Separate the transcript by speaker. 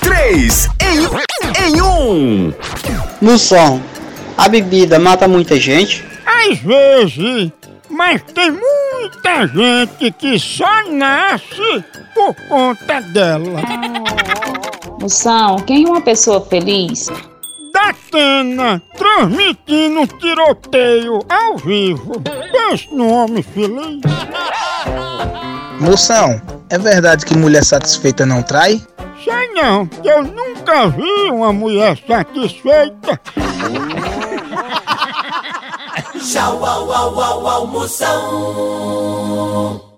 Speaker 1: 3 em, em 1.
Speaker 2: No som, a bebida mata muita gente.
Speaker 3: Às vezes, mas tem muita gente que só nasce por conta dela.
Speaker 4: Moção, quem é uma pessoa feliz?
Speaker 3: Datena transmitindo um tiroteio ao vivo. Pense no homem feliz.
Speaker 5: Moção, é verdade que mulher satisfeita não trai?
Speaker 3: Sei não, eu nunca vi uma mulher satisfeita.
Speaker 6: Tchau, au, au, au, almoção.